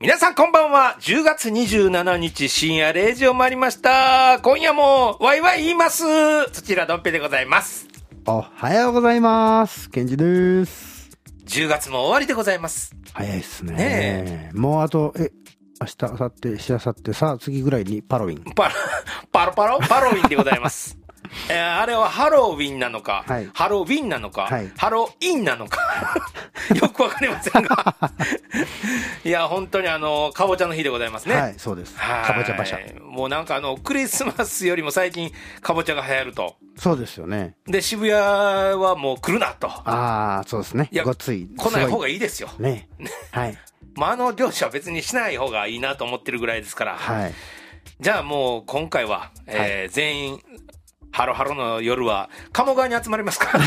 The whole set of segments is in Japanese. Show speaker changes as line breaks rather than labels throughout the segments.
皆さんこんばんは。10月27日深夜0時を回りました。今夜もワイワイ言います。土浦どんぺでございます。
おはようございます。ケンジです。
10月も終わりでございます。
早いっすね。ねもうあと、え、明日、明後日、しあさってさあ、次ぐらいにパロウィン。
パロ、パロパロパロウィンでございます。 えー、あれはハロウィンなのか、はい、ハロウィンなのか、はい、ハロインなのか よくわかりませんが いや、本当にあの、かぼちゃの日でございますね。
はい、そうです。かぼちゃ馬車。
もうなんかあの、クリスマスよりも最近、かぼちゃが流行ると。
そうですよね。
で、渋谷はもう来るなと。
ああ、そうですね。
いや、
ごつい。
来ない方がいいですよ。
ね。はい。
まあ、あの漁師は別にしない方がいいなと思ってるぐらいですから。
はい。
じゃあもう今回は、えー全員、ハロハロの夜は、鴨川に集まりますか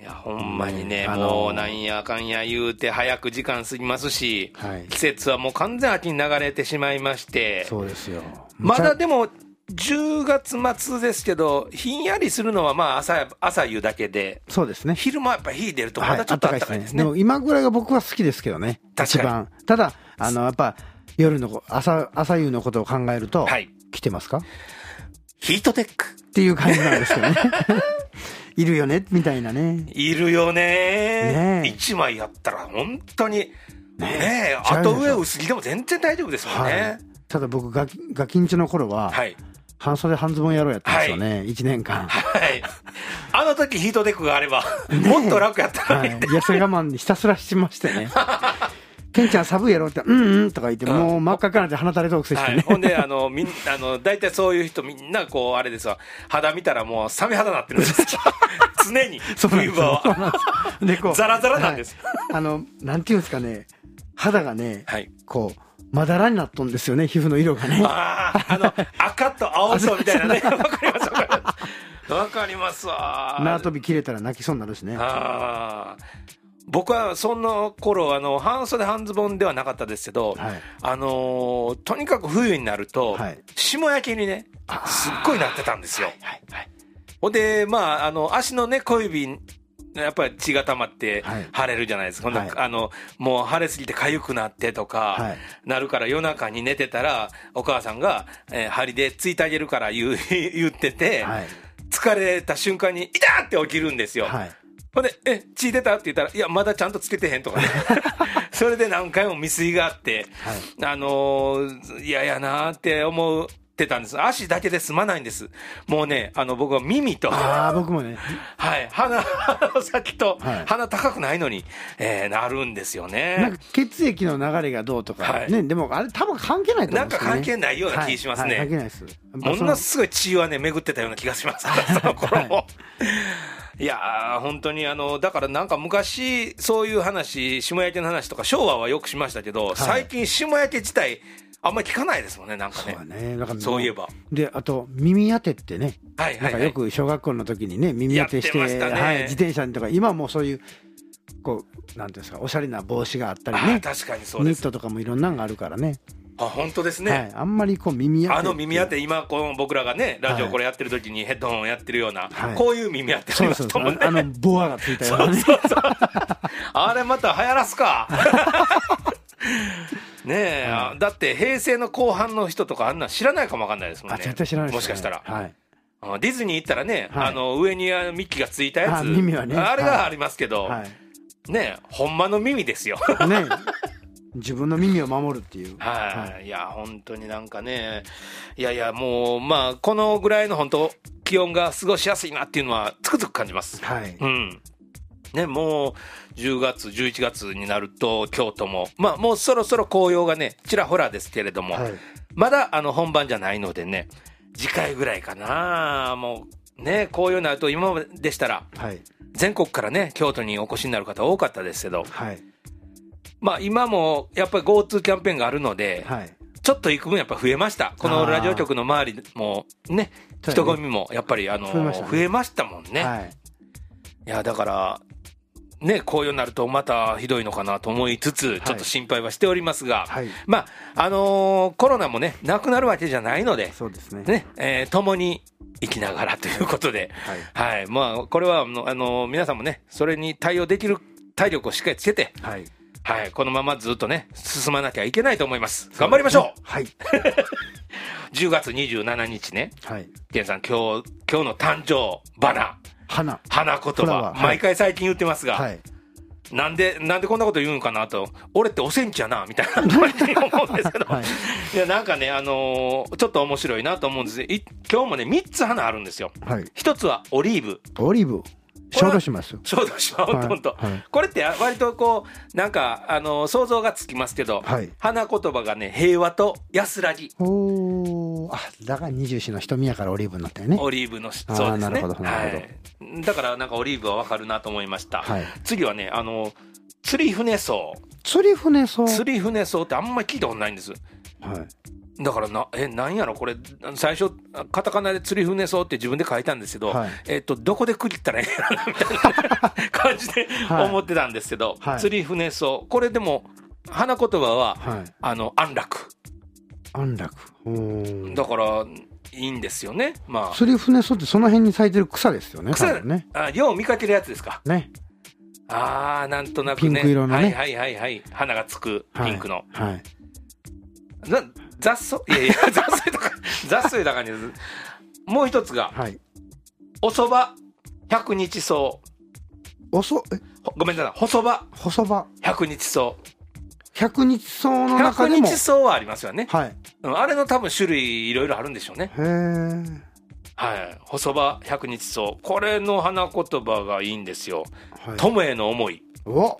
いや、ほんまにね、うん、もうなんやかんや言うて、早く時間過ぎますし、はい、季節はもう完全秋に流れてしまいまして、
そうですよ。
まだでも、10月末ですけど、ひんやりするのはまあ朝朝夕だけで、
そうですね
昼間やっぱ火出ると、まだちょっと暖かいですね。
はい、でも今ぐらいが僕は好きですけどね、
確か
にただ、あのやっぱ夜の朝朝夕のことを考えると、はい、来てますか
ヒートテック
っていう感じなんです けどね。いるよねみたいなね。
いるよね一、ね、枚やったら本当に、ねえ、後上薄着でも全然大丈夫ですもんね。はい、
ただ僕ガキ、ガキンチの頃は、はい、半袖半ズボンやろうやったんですよね、はい、1年間。
はい。あの時ヒートテックがあれば、もっと楽やったのに、ね、
はい。痩せ我慢ひたすらしまして ね。ケンちゃん寒いやろって、うんうんとか言って、もう真っ赤っかなって鼻垂れトークしてね、はい、
ほんで、あの、みんあの、大体そういう人みんな、こう、あれですわ、肌見たらもうサメ肌なってるんです 常に、冬場は。で、こう。ザラザラなんです、
はい、あの、なんていうんですかね、肌がね、はい、こう、まだらになっとんですよね、皮膚の色がね。
ああ、あの、赤と青そうみたいなね。 わかりますわかります。わかりますわ。
縄跳び切れたら泣きそうになるしね。
ああ。僕はその頃あの半袖半ズボンではなかったですけど、はい、あのー、とにかく冬になると、はい、霜焼けにねすっごいなってたんですよ。はいはい、ほんでまああの足のね小指やっぱり血が溜まって腫れるじゃないですか、はい、あのもう腫れすぎて痒くなってとか、なるから夜中に寝てたらお母さんが、えー、針でついてあげるから言う 言ってて、疲れた瞬間に「痛っ!」って起きるんですよ。ほんで、え、血出たって言ったら、いや、まだちゃんとつけてへんとかね。 それで何回も未遂があって、はい、あの嫌、ー、ややなーって思ってたんです。足だけで済まないんです。もうね、あの、僕は耳と。
ああ、僕もね。
はい。鼻、鼻先と、はい、鼻高くないのに、えー、なるんですよね。
なんか血液の流れがどうとか、はい、ね、でもあれ多分関係ないと思うんです
よ、ね、なんか関係ないような気しますね。
関係ないです。
ものすごい血はね、巡ってたような気がします。 その頃も。いやー、本当にあの、だからなんか昔、そういう話、下焼けの話とか、昭和はよくしましたけど、はい、最近、下焼け自体、あんまり聞かないですもんね、なんかね。
そうね。だから
そういえば。
で、あと、耳当てってね。
はいはい、はい、
なんかよく小学校の時にね、耳当てして、
てね、
はい、自転車とか、今もそういう、こう、なんていうんですか、おしゃれな帽子があったりね。
確かにそうニ
ットとかもいろんなのがあるからね。、
あ本当ですね、はい
あんまりこう耳当て
あの耳当て今この僕らがねラジオこれやってる時にヘッドホンやってるような、はい、こういう耳当てありますともね
あのボアがついたようなね
そうそうそうあれまた流行らす かねえ、はい、だって平成の後半の人とかあんな知らないかもわかんないですもんね
絶対知らない、ね、
もしかしたら
はい
ディズニー行ったらね、あの上にミッキーがついたやつ、
耳はね、
あれがありますけど、ねえ、ほんまの耳ですよ。
ね自分の耳を守るっていう。
はい。いや、本当になんかね、いやいや、もう、まあ、このぐらいの本当、気温が過ごしやすいなっていうのはつくづく感じます。
はい。
うんね、もう10月、11月になると、京都も、まあ、もうそろそろ紅葉がね、ちらほらですけれども、はい、まだあの本番じゃないのでね、次回ぐらいかな、もうね、紅葉になると、今まででしたら、
はい、
全国からね、京都にお越しになる方、多かったですけど、
はい、
まあ、今もやっぱり GoTo キャンペーンがあるので、
はい、
ちょっと行く分やっぱ増えました。このラジオ局の周りもね、人混みもやっぱりあの増えましたもんね。
はい
いやだからね、紅葉になるとまたひどいのかなと思いつつ、ちょっと心配はしておりますが、
はい、
まあ、あのー、コロナもね、なくなるわけじゃないので、
そうですね。
ね、えー、共に生きながらということで、はい、はい、まあ、これは、あのー、皆さんもね、それに対応できる体力をしっかりつけて、
はい。
はい、このままずっとね、進まなきゃいけないと思います。頑張りましょう、
はい。
10月27日ね、
はい。
ケンさん、今日、今日の誕生バナー。
花。
花言葉。毎回最近言ってますが、
はい、
なんで、なんでこんなこと言うんかなと、俺っておセンチやな、みたいな 思うんですけど、はい、いや、なんかね、あのー、ちょっと面白いなと思うんですい今日もね、3つ花あるんですよ。
はい、
1つはオリーブ。
オリーブ。小豆島ですよ。
小豆島、ほんと、はい、これって割とこう、なんか、あのー、想像がつきますけど、
はい、
花言葉がね、平和と安らぎ。
おあ、だから二十四の瞳やからオリーブになったよね。
オリーブの、そうですね。
なるほど、なるほ
は
ど。
いだからなんかオリーブはわかるなと思いました。
はい、
次はね、あの、釣り船層。
釣り船層
釣り船層ってあんまり聞いたことないんです。。
はい
だからな、え、なんやろ、これ、最初、カタカナで釣り船層って自分で書いたんですけど、はい、えっ、ー、と、どこで区切ったらええやろみたいな感じで、はい、思ってたんですけど、釣り船層。これでも、花言葉は、あの、安楽。
安楽。
だから、いいんですよね。まあ。
釣り船そってその辺に咲いてる草ですよね。
草ね。あ、よう見かけるやつですか。
ね。
ああ、なんとなく
ね。ピンク色のね。
はいはいはいはい。花がつく、ピンクの。
はい。はい、
雑草いやい や、雑草とか、雑草だからね。もう一つが、
はい。
お蕎麦百日草。
おそ、え
ごめんなさい。細葉。
細葉。
百日草。
百日草の中にも
百日草はありますよね、
はい、
あれの多分種類いろいろあるんでしょうね
へえ
はい細葉百日草これの花言葉がいいんですよ「友、はい、への思い」
お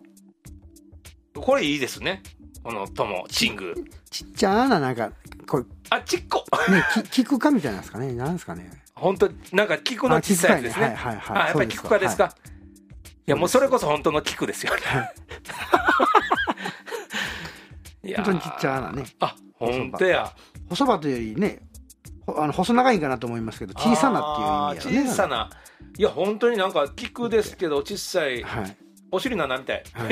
これいいですねこの友チング
ちっちゃななんかこれ
あちっこ
ねき菊かみたいなんですかねなんですかね
本当なんか菊の小さいですね、ね、
はいはいはい
あやっぱり菊かですか、はい、いやもうそれこそ本当の菊ですよね、はい
本当にちっちゃなね。
あ、本当や。
細葉というよりね、あの細長いんかなと思いますけど、小さなっていう意味や
ね。小さな。いや、本当になんか菊ですけど、小さい。
はい、
お尻の穴みたい。
は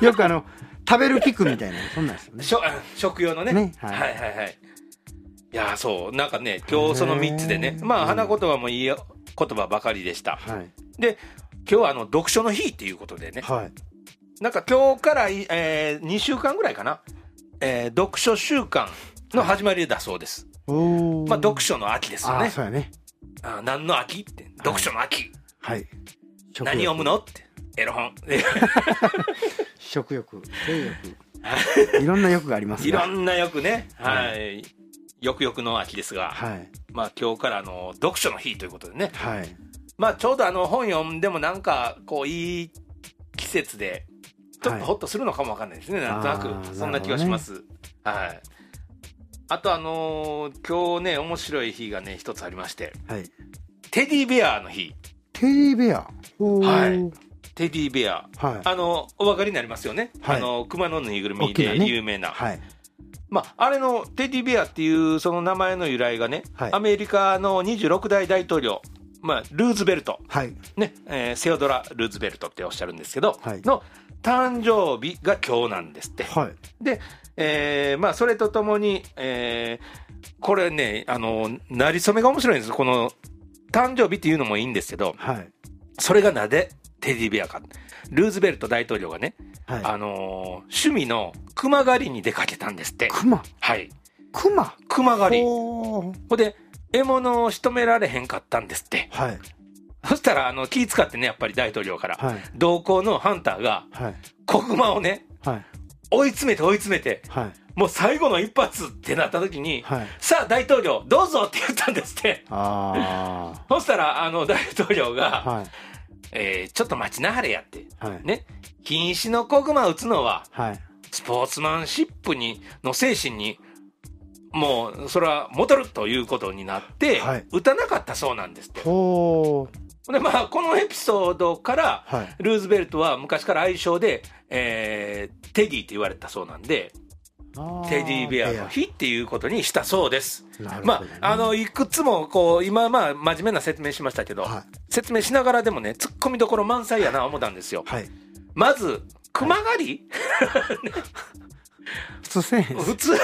い、よくあの、食べる菊みたいな、そんなんですよね。
しょ 食用のね、
ね、
はい。はいはいはい。いや、そう、なんかね、今日その3つでね、まあ、花言葉もいい言葉ばかりでした。
はい、
で、今日はあの読書の日っていうことでね。
はい
なんか今日から、えー、2週間ぐらいかな、えー、読書週間の始まりだそうです。
はい、
まあ、読書の秋ですよね。
そうやね。
あ何の秋って、読書の秋。
はい。
何読むのって、エロ本。
食欲、性欲。いろんな欲がありますね。
いろんな欲ね。はい。はい、よくよくの秋ですが、
はい、
まあ今日からの読書の日ということでね。
はい。
まあちょうどあの本読んでもなんかこういい季節でちょっとほっとするのかもわかんないですね、はい、なんとなく、そんな気がします。ね、はい。あと、あのー、今日ね、面白い日がね、一つありまして、
はい、
テディベアの日。
テディベア
はい。テディベア。
はい、
あの、お分かりになりますよね。はい、あの、熊のぬいぐるみで有名な。
ね、はい。
まあ、あれのテディベアっていうその名前の由来がね、アメリカの26代大統領、まあ、ルーズベルト、
はい
ねえー、セオドラ・ルーズベルトっておっしゃるんですけど、
はい、
の誕生日が今日なんですって。、
はい
で、えー、まあ、それとともに、えー、これね、あの、なりそめが面白いんです。この、誕生日っていうのもいいんですけど、
はい、
それがなぜテディベアか。ルーズベルト大統領がね、
はい、
あのー、趣味の熊狩りに出かけたんですって。
熊
はい。
熊
熊狩り。
ほ
で、獲物を仕留められへんかったんですって。
はい。
そしたら、あの、気使ってね、やっぱり大統領から、
はい、
同行のハンターが、
はい、
子熊をね、
はい、
追い詰めて追い詰めて、
はい
もう最後の一発ってなった時に、
はい
さあ大統領どうぞって言ったんですって。
あ
そしたら、あの、大統領
あ
が、
はい
えーちょっと待ちなはれやって。
はい
ね。禁止の子熊打つのは、
はい
スポーツマンシップに、の精神に、もう、それは戻るということになって、
はい
打たなかったそうなんですって。
ほう
で、まあ、このエピソードから、
はい
ルーズベルトは昔から愛称で、えーテディって言われてたそうなんで、テディベアの日っていうことにしたそうです。
なるほどね
まあ、あの、いくつも、こう、今、まあ、真面目な説明しましたけど、
は
説明しながらでもね、突っ込みどころ満載やな、思ったんですよ。
はい
まず、熊狩り、
普通せえへん
普通し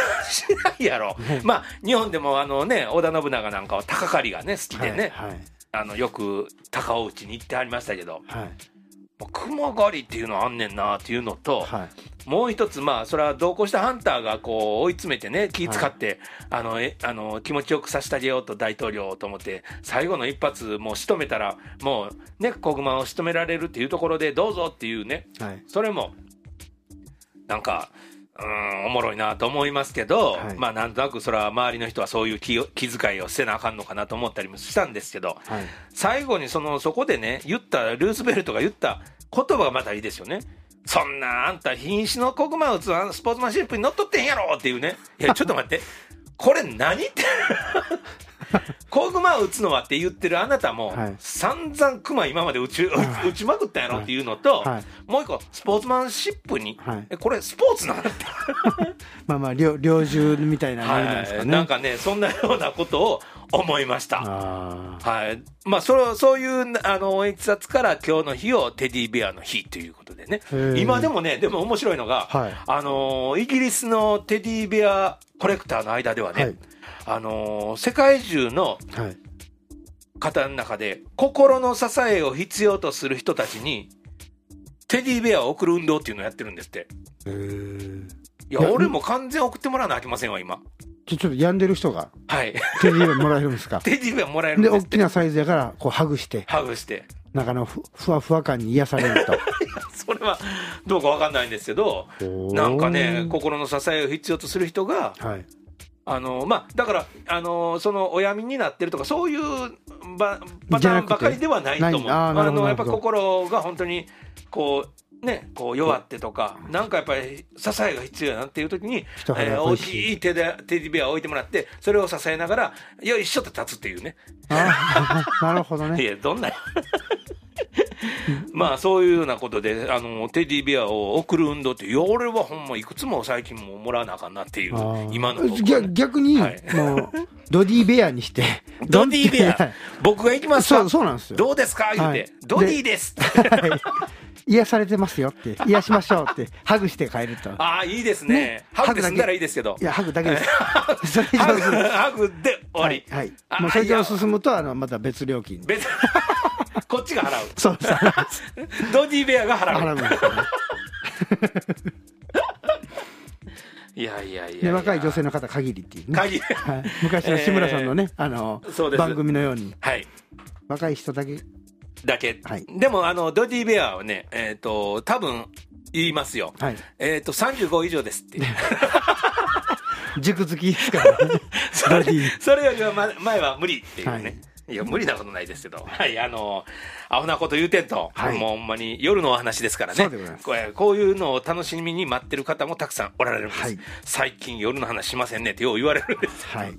ないやろ。まあ、日本でも、あのね、織田信長なんかは鷹狩りがね、好きでね、
はいはい
あの、よく鷹を打ちに行ってありましたけど、
はい
もう熊狩りっていうのあんねんな、っていうのと、
はい
もう一つ、まあ、それは同行したハンターがこう追い詰めてね、気使って、あのえあの気持ちよくさせてあげようと大統領をと思って、最後の一発、もう仕留めたら、もうね、小熊を仕留められるっていうところで、どうぞっていうね、
はい
それも、なんか、うーん、おもろいなと思いますけど、
はい
まあ、なんとなくそれは周りの人はそういう気を気遣いをせなあかんのかなと思ったりもしたんですけど、
はい
最後にそのそこでね言ったルーズベルトが言った言葉がまたいいですよねそんなあんた瀕死の子熊を打つスポーツマンシップにのっとってんやろっていうねいやちょっと待ってこれ何って 子熊を打つのはって言ってるあなたも、
はい
散々熊今まで打ち打ちまくったやろっていうのと、
はい
もう一個スポーツマンシップに、
はい
えこれスポーツなのって
まあまあ猟猟銃みたいなのなんですかね
なんかねそんなようなことを思いました
ああ
はい。まあ、それそういう、あの、いきさつから今日の日をテディベアの日ということでね
へー。
今でもね、でも面白いのが、
はい
あの、イギリスのテディベアコレクターの間ではね、
はい
あの、世界中の
はい
方の中で、心の支えを必要とする人たちに、テディベアを送る運動っていうのをやってるんですって。
えー
いや、
いや
俺も完全送ってもらわなあきませんわ、今。
ちょちょっと病んでる人が
はい。
手に入れもらえるんですか
テディベアもらえるん
で
で
大
すっ
き
て。
なサイズやからこうハグして
ハグして。
なんかあのふふわふわ感に癒されると
それはどうかわかんないんですけど、
ほう
なんかね、心の支えを必要とする人が、
はい
あのまあ、だから、あのそのお闇になってるとか、そういうばパ
じ
ター
ゃな
ン
くて
ばかりではないと思う、
ないあーなるほど
のやっぱ
なるほ
心が本当にこう、ね、こう弱ってとか、なんかやっぱり支えが必要やなっていう時に、
人肌
えー
が
大
恋しい
きい手でテディベアを置いてもらって、それを支えながら、よいしょって立つっていうね、
あー なるほど
い
ね
や、 どんな。まあそういうようなことであのテディベアを送る運動っていや俺はほんまいくつも最近ももらわなあかんなっていう
あー
今の僕はね
逆逆に、
はい
もうドディベアにして
ドディベ
は
ア
い、
僕が行きますか
そうそうなんですよ
どうですか言うて、
はい
ドディ です。
はい癒されてますよって癒しましょうってハグして帰ると
ああ、いいですね
ね。
ハグで
ハグだけ
済んだらいいですけど
い。やハグだけです それ以
ハ
上
グ
する
ハグで終わり。
はい、はい
あ
もうそれ以
い
上
や
進むとあのまた別料金
別 こっちが払う。
そうです
ドディベアが
払
払
うん
う。
ですよね
いやいやいやい
で
や。
若い女性の方限りっていうね、
限り
はい、昔の志村さんのね、あの
そうです
番組のように
はい。
若い人だけ
だけ。
はい
でも、あの、ドディベアはね、えっ、と、多分言いますよ。
はい
えっ、と、35以上ですって。
塾好きですから、ね、
そ
ダディ
れ それよりはま前は無理っていうね、、
はい
や無理なことないですけど、はい、あのアホなこと言うてんと、
はい
もうほんまに夜のお話ですからね
そうでございます
これこういうのを楽しみに待ってる方もたくさんおられるんです、
はい
最近夜の話しませんねってよう言われるんです
はい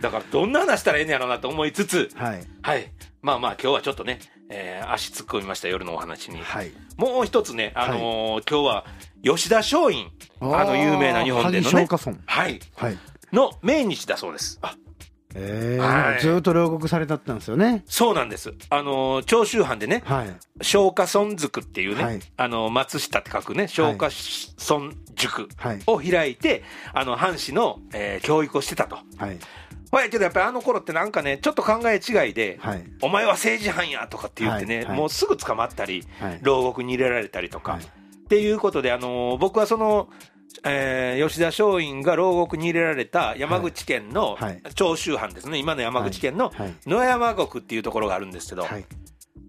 だからどんな話したらええんやろうなと思いつつ
はい
はいまあまあ今日はちょっとね、えー足突っ込みました夜のお話に、
はい
もう一つね、あのー今日は吉田松陰あの有名な日本での
萩
ね
松下村
はい
はい
の命日だそうです
えー
はい
ずっと牢獄されたったんですよね
そうなんです。あの、長州藩でね、
はい
松下村塾っていうね、
はい
あの、松下って書くね、松下村塾
はい
を開いて、あの、藩士の、えー教育をしてたと。
はい
ほやけどやっぱりあの頃ってなんかね、ちょっと考え違いで、
はい
お前は政治犯やとかって言ってね、
はいはい
もうすぐ捕まったり、
はい
牢獄に入れられたりとか。
はい
っていうことで、あの僕はその、えー吉田松陰が牢獄に入れられた山口県の
はい
長州藩ですね、今の山口県の
はいはい
野山国っていうところがあるんですけど、
はい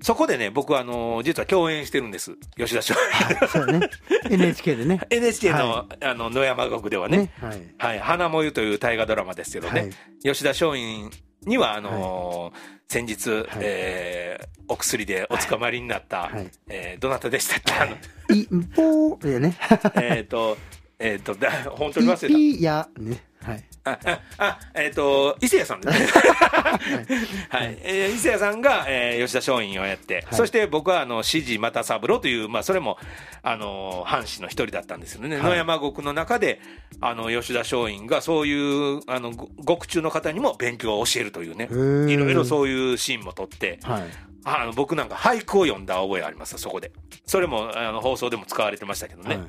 そこでね、僕はあの、実は共演してるんです。吉田松 陰。
はい、そうね。NHK でね。
NHK の、はい、あの、野山国ではね、ねはい、はい、花もゆという大河ドラマですけどね、吉田松陰には、あのー、先日、はい、えー、お薬でお捕まりになった、はい、えー、どなたでしたっけ、あの、
い、ぼー、ね。
えっと、えっ、と、だ、本当に忘れた。
いや、ね。はい。
あ、あ、あえっ、ー、と、伊勢谷さん ですね。はい。はい、えー、伊勢谷さんが、えー、吉田松陰をやって、はい、そして僕は、あの、指示又三郎という、まあ、それも、あの、藩士の一人だったんですよね。はい、野山国の中で、あの、吉田松陰が、そういう、あの、獄中の方にも勉強を教えるというね、 いろいろそういうシーンも撮って、はいあの僕なんか俳句を読んだ覚えありますそこで。それもあの放送でも使われてましたけどね。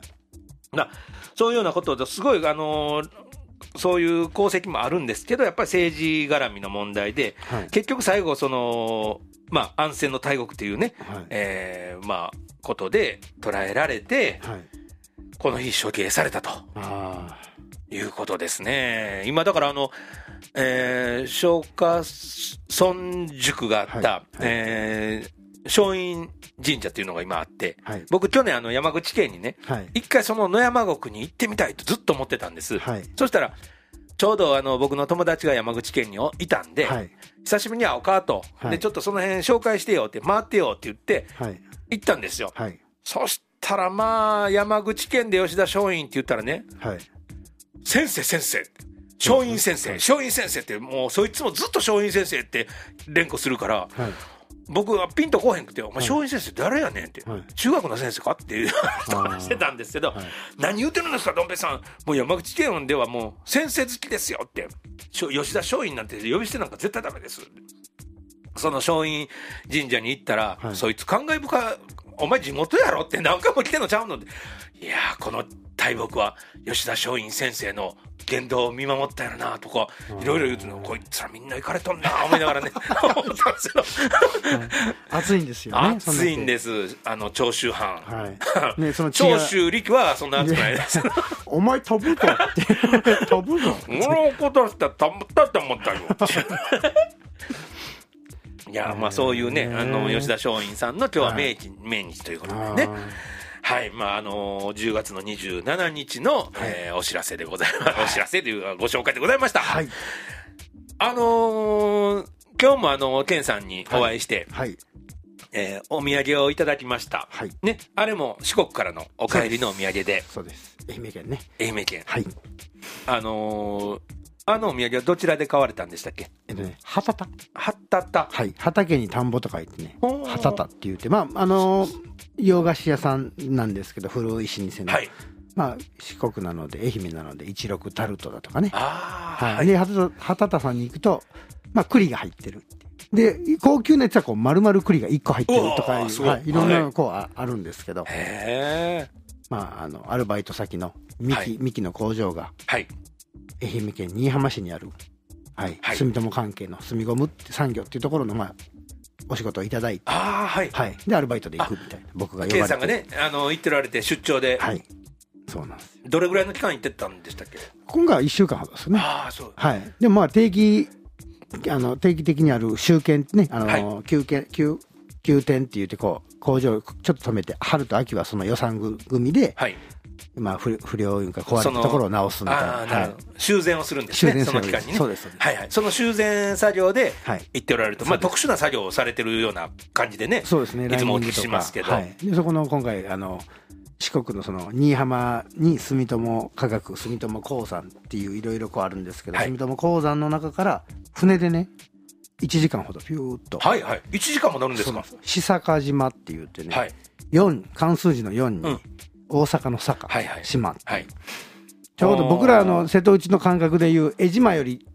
なそういうようなことですごい、あのー、そういう功績もあるんですけど、やっぱり政治絡みの問題で、はい、結局最後、その、まあ、安政の大国というね、はい、えー、まあ、ことで捉えられて、はい、この日処刑されたと。いうことですね。今だからあの、えー、松下村塾があった、はい、えー松陰神社っていうのが今あって、はい、僕去年あの山口県にね、はい、一回その野山国に行ってみたいとずっと思ってたんです。はい、そしたら、ちょうどあの僕の友達が山口県にいたんで、久しぶりに会おうかと、で、ちょっとその辺紹介してよって、回ってよって言って、行ったんですよ。そしたらまあ、山口県で吉田松陰って言ったらね、先生先生松陰先生、松陰先生って、もうそいつもずっと松陰先生って連呼するから、僕はピンとこへんくて、お前、松陰先生誰やねんって、はい、中学の先生かっていう話してたんですけど、はい、何言うてるんですか、どん兵衛さん。もう山口県ではもう先生好きですよって、吉田松陰なんて呼び捨てなんか絶対ダメです。その松陰神社に行ったら、はい、そいつ感慨深お前地元やろって何回も来てんのちゃうので、いやー、この大木は吉田松陰先生の言動を見守ったよなとか、いろいろ言うての、こいつらみんな行かれとんな思いながら ね、思ったんですよ。
暑いんですよね。
暑いんです。あの、長州藩。はい 。ね、その長州力はそんな暑くないです。
お前飛ぶと飛ぶの
俺のことしたら飛ぶだって思 ったよ。いや、まあそういうね、あの、吉田松陰さんの今日は命日、命日ということでね。はい、まあ、あのー、10月の27日の、はい、えー、お知らせでございます。お知らせというご紹介でございました。はい。あのー、今日もあの、ケンさんにお会いして、はい。はい、えお土産をいただきました。はい。ね、あれも四国からのお帰りのお土産で。
そうです。愛媛県ね。
愛媛県。
はい。
あのあのお土産はどちらで買われたんでしたっけ
えっとね、畑田。
畑田。
はい。畑に田んぼとか言ってね、畑田って言って、まあ、あのー、洋菓子屋さんなんですけど、古い老舗の。はい、まあ、四国なので、愛媛なので、一六タルトだとかね。はい。で、畑田さんに行くと、まあ、栗が入ってるで、高級なやつはこう、丸々栗が1個入ってるとかいう、はい、いろんな、こう、あるんですけど。へまあ、あの、アルバイト先の、三木、はい、三木の工場が、はい。愛媛県新居浜市にある、はい、住友関係の住ゴム産業っていうところの、まあ、お仕事をいただいて、
あはい
はい、でアルバイトで行くみたいな、僕が呼ばれ
て。さんがね、あの行ってられて、出張で、
はい、そうなんです
どれぐらいの期間行ってたんでしたっけ
今回は1週間ほどですね。
あそう、
はい、でもまあ定期あの定期的にある集権ね、あの、はい、休憩休休店って言ってこう工場ちょっと止めて春と秋はその予算組で、はい、まあ、不不良いうか壊れたところを直すみたいなはい
修繕をするんですねその期間にね
そうです
はいはい、その修繕作業で行っておられると、まあ、特殊な作業をされてるような感じでね
そうですね、
いつもお聞きしますけど、はい
でそこの今回あの四国のその新居浜に住友科学住友鉱山っていういろいろこうあるんですけど、はい、住友鉱山の中から船でね1時間ほどピューっと
はいはい1時間も乗るんですか
久坂島って言ってね、はい、4漢数字の4に、うん大阪の坂、はいはい、島、はい、ちょうど僕らの瀬戸内の感覚でいう江島より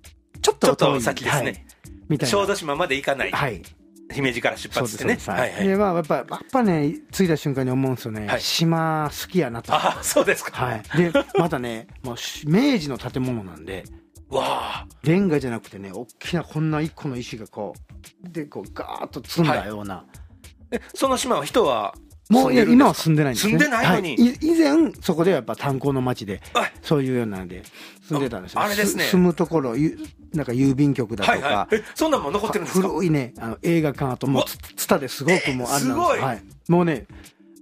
ちょっと
遠い先ですね、みたいな小豆島まで行かない、はい、姫路から出発してね
でまあやっぱやっぱね着いた瞬間に思うんですよね、島好きやなと
あそうですか、
はい、でまたねもう明治の建物なんで
わあ
レンガじゃなくてね大きなこんな一個の石がこうでこうガーッと積んだような、
えその島は人は
もう今は住んでないんです、
ね、住んでないのに、
はい、以前そこでやっぱ炭鉱の町でそういうようなので住んでたんですよ
あれですね
住むところなんか郵便局だとか、はいはい、
そんなも残ってるんですか,、
古いねあの映画館あともうツタですごくもうあれなんです
はい、
もうね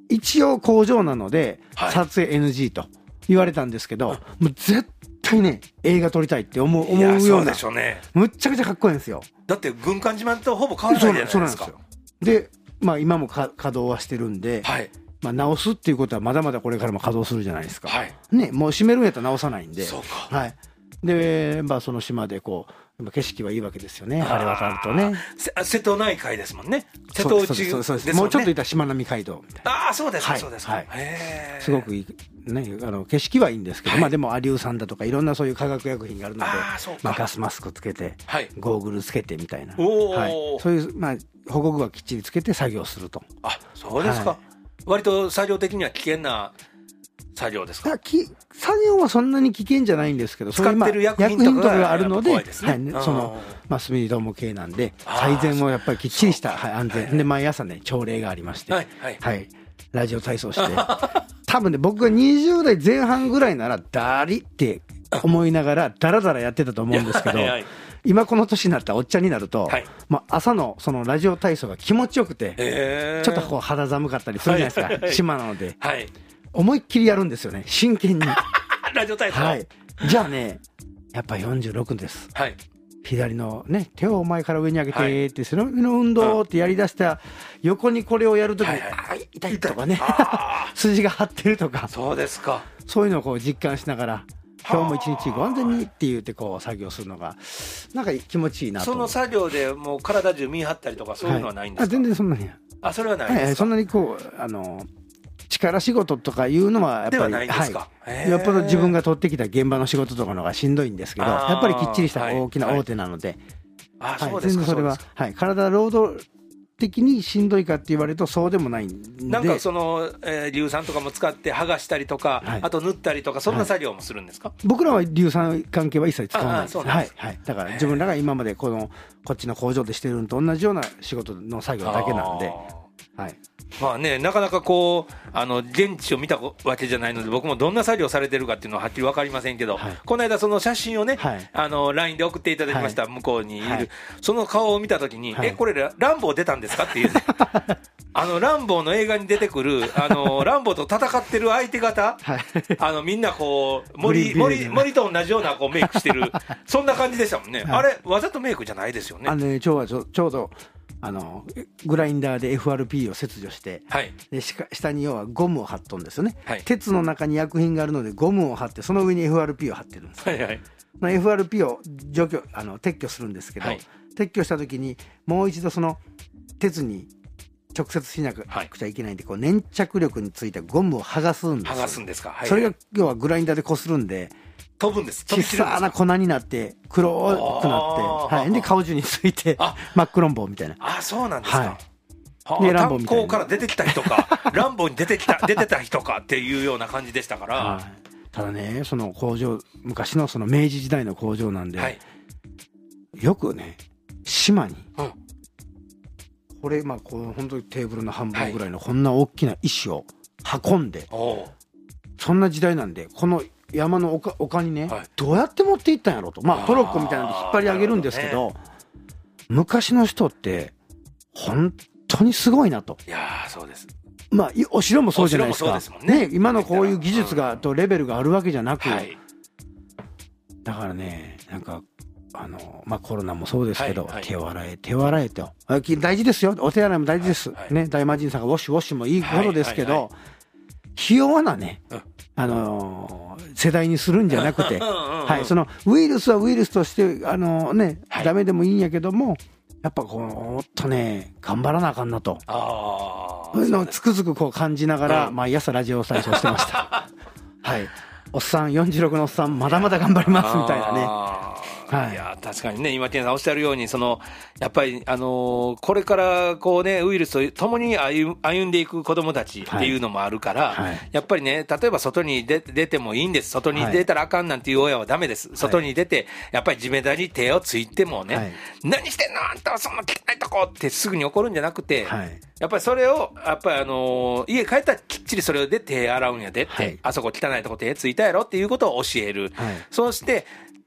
一応工場なので、はい、撮影 NG と言われたんですけど、もう絶対ね映画撮りたいって思う思うような
う、ね、
むっちゃくちゃかっこいいんですよ
だって軍艦島とほぼ変わらないじゃないですかそうなんですよ
でまあ、今も稼働はしてるんで、はい、まあ、直すっていうことはまだまだこれからも稼働するじゃないですか、はい、ね、もう閉めるんやったら直さないんではい、で、まあ、その島でこう景色はいいわけですよね、あれ渡るとね
瀬戸内海ですもんね、瀬戸内、
です
ね、
もうちょっといたらしまなみ海道みたい
な、あそうです、はい、そうです、
はい、すごくいい、ね、あの景色はいいんですけど、まあ、でも有吉さんだとか、いろんなそういう化学薬品があるので、まあ、ガスマスクつけて、ゴーグルつけてみたいな、はい、そういう、まあ、保護具はきっちりつけて作業すると。
あそうですか、はい、割と作業的には危険な作業ですか
き作業はそんなに危険じゃないんですけど、
使ってる薬品とか
があるので、でね、はい、そのまあ、スミリドーム系なんで、最善をやっぱりきっちりした、はい、安全、はい、で毎朝ね、朝礼がありまして、はい、はいはい、ラジオ体操して、 多分ね、僕が20代前半ぐらいなら、だりって思いながら、だらだらやってたと思うんですけど。今この年になったおっちゃんになると、はい、まあ、朝のそのラジオ体操が気持ちよくて、えー、ちょっとこう肌寒かったりするじゃないですか、はいはいはい、島なので、はい、思いっきりやるんですよね、真剣に。
ラジオ体操、
はい、じゃあね、やっぱ46です。はい左のね、手を前から上に上げてって、背伸びの運動ってやりだした横にこれをやるときに、はいはい、痛いとかね、筋が張ってるとか、
そうですか
そういうのをこう実感しながら、今日も一日ご安全にって言ってこう作業するのがなんか気持ちいいな、
その作業でもう体中見張ったりとかそういうのはないんですか、はい
全然そんなに、
あそれはないです
はい、そんなにこうあの力仕事とかいうのはやっぱり
ではないですか、
はい、よっぽど自分が取ってきた現場の仕事とかのがしんどいんですけどやっぱりきっちりした大きな大手なので、
はい、
全然それははい体労働的にしんどいかって言われるとそうでもない、
なんかその、えー、硫酸とかも使って剥がしたりとか、はい、あと塗ったりとかそんな作業もするんですか、はい
僕らは硫酸関係は一切使わないですです、はい、はい、だから自分らが今までこのこっちの工場でしてるのと同じような仕事の作業だけなんで。はい
まあね、なかなかこうあの現地を見たわけじゃないので僕もどんな作業されてるかっていうのははっきり分かりませんけど、はい、この間その写真をね、はい、あの LINE で送っていただきました、はい、向こうにいる、その顔を見たときに、えこれランボー出たんですかっていう 、ね、あのランボーの映画に出てくるあのランボーと戦ってる相手方、あのみんなこう森森森と同じようなこうメイクしてるそんな感じでしたもんね、あれわざとメイクじゃないですよね。
あのねちょうどちょうどあのグラインダーで FRP を切除して、はい、で下に要はゴムを貼っとんですよね、はい、鉄の中に薬品があるのでゴムを貼ってその上に FRP を貼ってるんです、はいはい、FRP を除去あの撤去するんですけど、はい、撤去した時にもう一度その鉄に直接しなくちゃいけないんで、こう粘着力についたゴムを剥がすんです
剥がすんですか、
それが要はグラインダーでこするんで
飛ぶんです。
小さな粉になって、黒くなって、はい。で、顔中について、真っ黒ん坊みたいな。、
あ、そうなんですか。はい。ね、ランボみたいな。から出てきた人か、ランボに出てきた、出てた人かっていうような感じでしたから。はい
ただね、その工場、昔のその明治時代の工場なんで、はい、よくね、島に、うん、これ、まあ、こう、本当にテーブルの半分ぐらいの、こんな大きな石を運んで、はい、そんな時代なんで、この山の丘丘にね、はい、どうやって持っていったんやろうと、まあ、トロッコみたいなんで引っ張り上げるんですけど、ね、昔の人って、本当にすごいなと。
いやそうです
まあ、お城もそうじゃないですか。すね、ね、今のこういう技術が、とレベルがあるわけじゃなく、はい、だからね、なんか、あの、まあ、コロナもそうですけど、はいはい、手を洗え、手を洗えと。大事ですよ。お手洗いも大事です。はいはい、ね、大魔神さんがウォッシュウォッシュもいいことですけど、はいはいはいひ弱なね、うん、あのー、世代にするんじゃなくて、うんうんうんうん、はい、そのウイルスはウイルスとして、あのー、ね、だ、は、め、い、でもいいんやけども、やっぱこう、もっとね、頑張らなあかんなと、そういうのをつくづくこう感じながら、うん、毎朝ラジオを再生してました。はい。おっさん、46のおっさん、まだまだ頑張りますみたいなね。
はい、いや確かにね今健さんおっしゃるようにそのやっぱり、あのー、これからこう、ね、ウイルスと共に歩歩んでいく子どもたちっていうのもあるから、はいはい、やっぱりね例えば外に出出てもいいんです外に出たらあかんなんていう親はだめです、外に出てやっぱり地べたに手をついてもね、何してんのあんたはそんな汚いとこってすぐに怒るんじゃなくて、やっぱりそれをやっぱり、あのー、家帰ったらきっちりそれで手洗うんやでって、あそこ汚いとこ手ついたやろっていうことを教える。そうして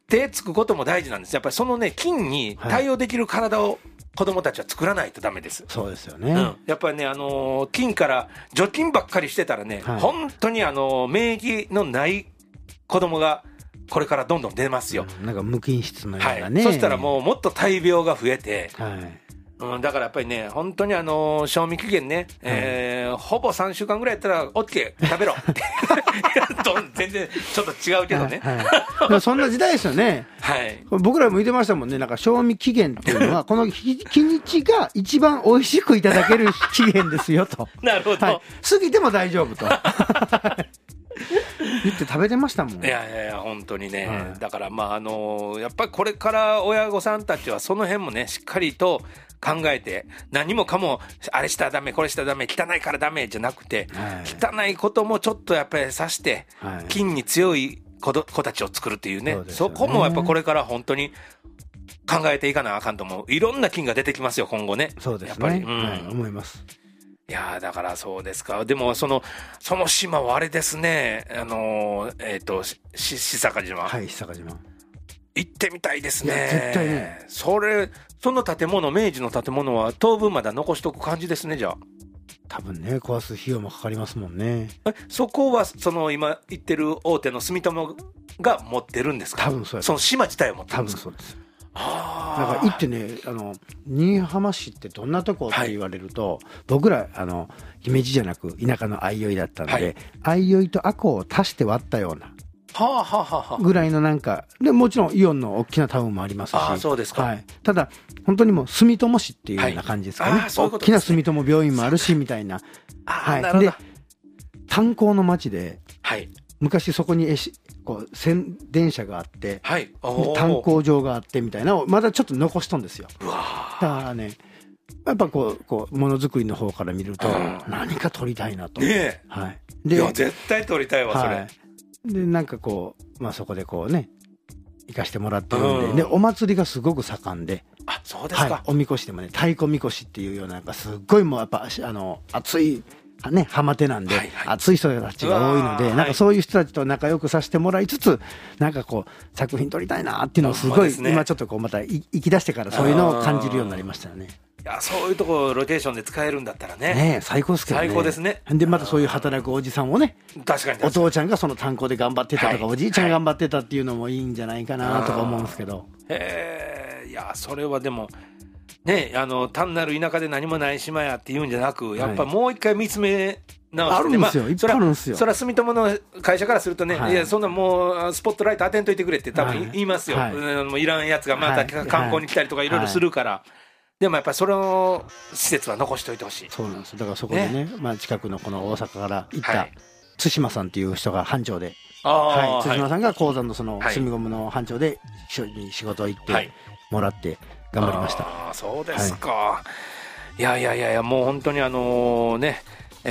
手つくことも大事なんです。やっぱりそのね、菌に対応できる体を子供たちは作らないとダメです。
そうですよね。うん、
やっぱりね、あのー、菌から除菌ばっかりしてたらね、はい、本当にあのー、免疫のない子供がこれからどんどん出ますよ。
うん、なんか無菌質のようなね、
はい、そしたらもうもっと大病が増えて、はいうん、だからやっぱりね、本当にあのー、賞味期限ね、えー、うん、ほぼ3週間ぐらいやったら、OK、食 べろ全然ちょっと違うけどね。
はいはい、そんな時代ですよね。
はい、
僕ら向いてましたもんね、なんか賞味期限っていう のは、この日にちが一番美味しくいただける期限ですよと。
なるほど、はい、
過ぎても大丈夫 と。言って食べてましたもん
いやいやいや本当にね、はい、だからまああのやっぱりこれから親御さんたちはその辺もねしっかりと考えて何もかもあれしたらダメこれしたらダメ汚いからダメじゃなくて、はい、汚いこともちょっとやっぱりさして、はい、菌に強い子ど子たちを作るっていうね、ね、そこもやっぱこれから本当に考えていかなあかんと思ういろんな菌が出てきますよ今後ね
そうです、ね、やっ
ぱり、
うん、はい、思います
いやだからそうですか。でも、その、その島はあれですね、あのー、えっ、ー、と、し、し、坂島。
はい、坂島。
行ってみたいですね。
絶対ね。
それ、その建物、明治の建物は当分まだ残しとく感じですね、じゃあ。
多分ね、壊す費用もかかりますもんね。
え、そこは、その今行ってる大手の住友が持ってるんですか
多分そうです。
その島自体を持ってるんです
か多分そうです。なんか行ってねあの新居浜市ってどんなとこって言われると、はい、僕らあの姫路じゃなく田舎の相生だったんで、はい、相生とアコを足して割ったようなぐらいのなんかでもちろんイオンの大きなタウンもありますし
そうですか、
はい、ただ本当にもう住友市っていうような感じですかね、はい、ううね大きな住友病院もあるしみたいな
はいで
炭鉱の町で、
はい、
昔そこにこう宣伝車があって、はい、炭鉱場があってみたいなのをまだちょっと残しとんですよだからねやっぱこうこうものづくりの方から見ると何か撮りたいなと、
ね
はい、、
でいや絶対撮りたいわそれ、はい
でなんかこう、まあ、そこでこうね行かしてもらってるんで,うん、でお祭りがすごく盛んで、
あそうですか、はい
おみこしでもね太鼓みこしっていうようななんかすっごいもうやっぱあの熱いね、浜手なんで、はいはい、熱い人たちが多いので、なんかそういう人たちと仲良くさせてもらいつつ、なんかこう、作品撮りたいなっていうのをすごい、ね、今ちょっとこう、また行き出してからそういうのを感じるようになりましたよね。
いやそういうとこロケーションで使えるんだったらね。
ね最高ですけどね。
最高ですね。
で、またそういう働くおじさんをね、
確かに
お父ちゃんがその炭鉱で頑張ってたとか、はい、おじいちゃんが頑張ってたっていうのもいいんじゃないかなとか思うんですけど。
へえ、いや、それはでも、ね、あの単なる田舎で何もない島やって言うんじゃなく、やっぱもう一回見つめ直して、ね、はい、あ
るんですよ、いっぱいあるんですよ。
それは住友の会社からするとね、はい、いや、そんなもう、スポットライト当てんといてくれって、多分言いますよ、はいはい、もういらんやつがまた観光に来たりとか、いろいろするから。でもやっぱりその施設は残しておいてほしい
そうなんですだからそこでね、ね、まあ、近くのこの大阪から行った対馬さんっていう人が班長ではい、対馬さんが鉱山のその住み込みの班長で一緒に仕事行ってもらって、頑張りました
そうですか、はい、いやいやいやいやもう本当にあのね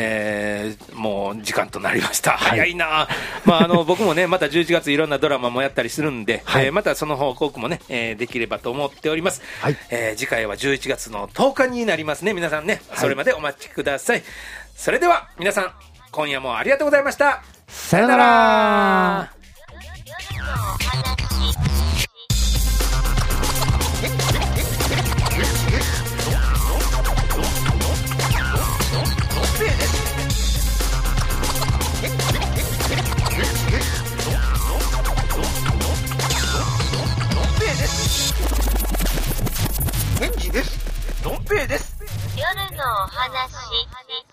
えー、もう時間となりました、はい、早いな、まあ、あの 僕もね、また11月、いろんなドラマもやったりするんで、はい、えー、またその報告もね、えー、できればと思っております、はい、えー、次回は11月の10日になりますね、皆さんね、それまでお待ちください。それでは皆さん、今夜もありがとうございました
さよなら
です。夜のお話。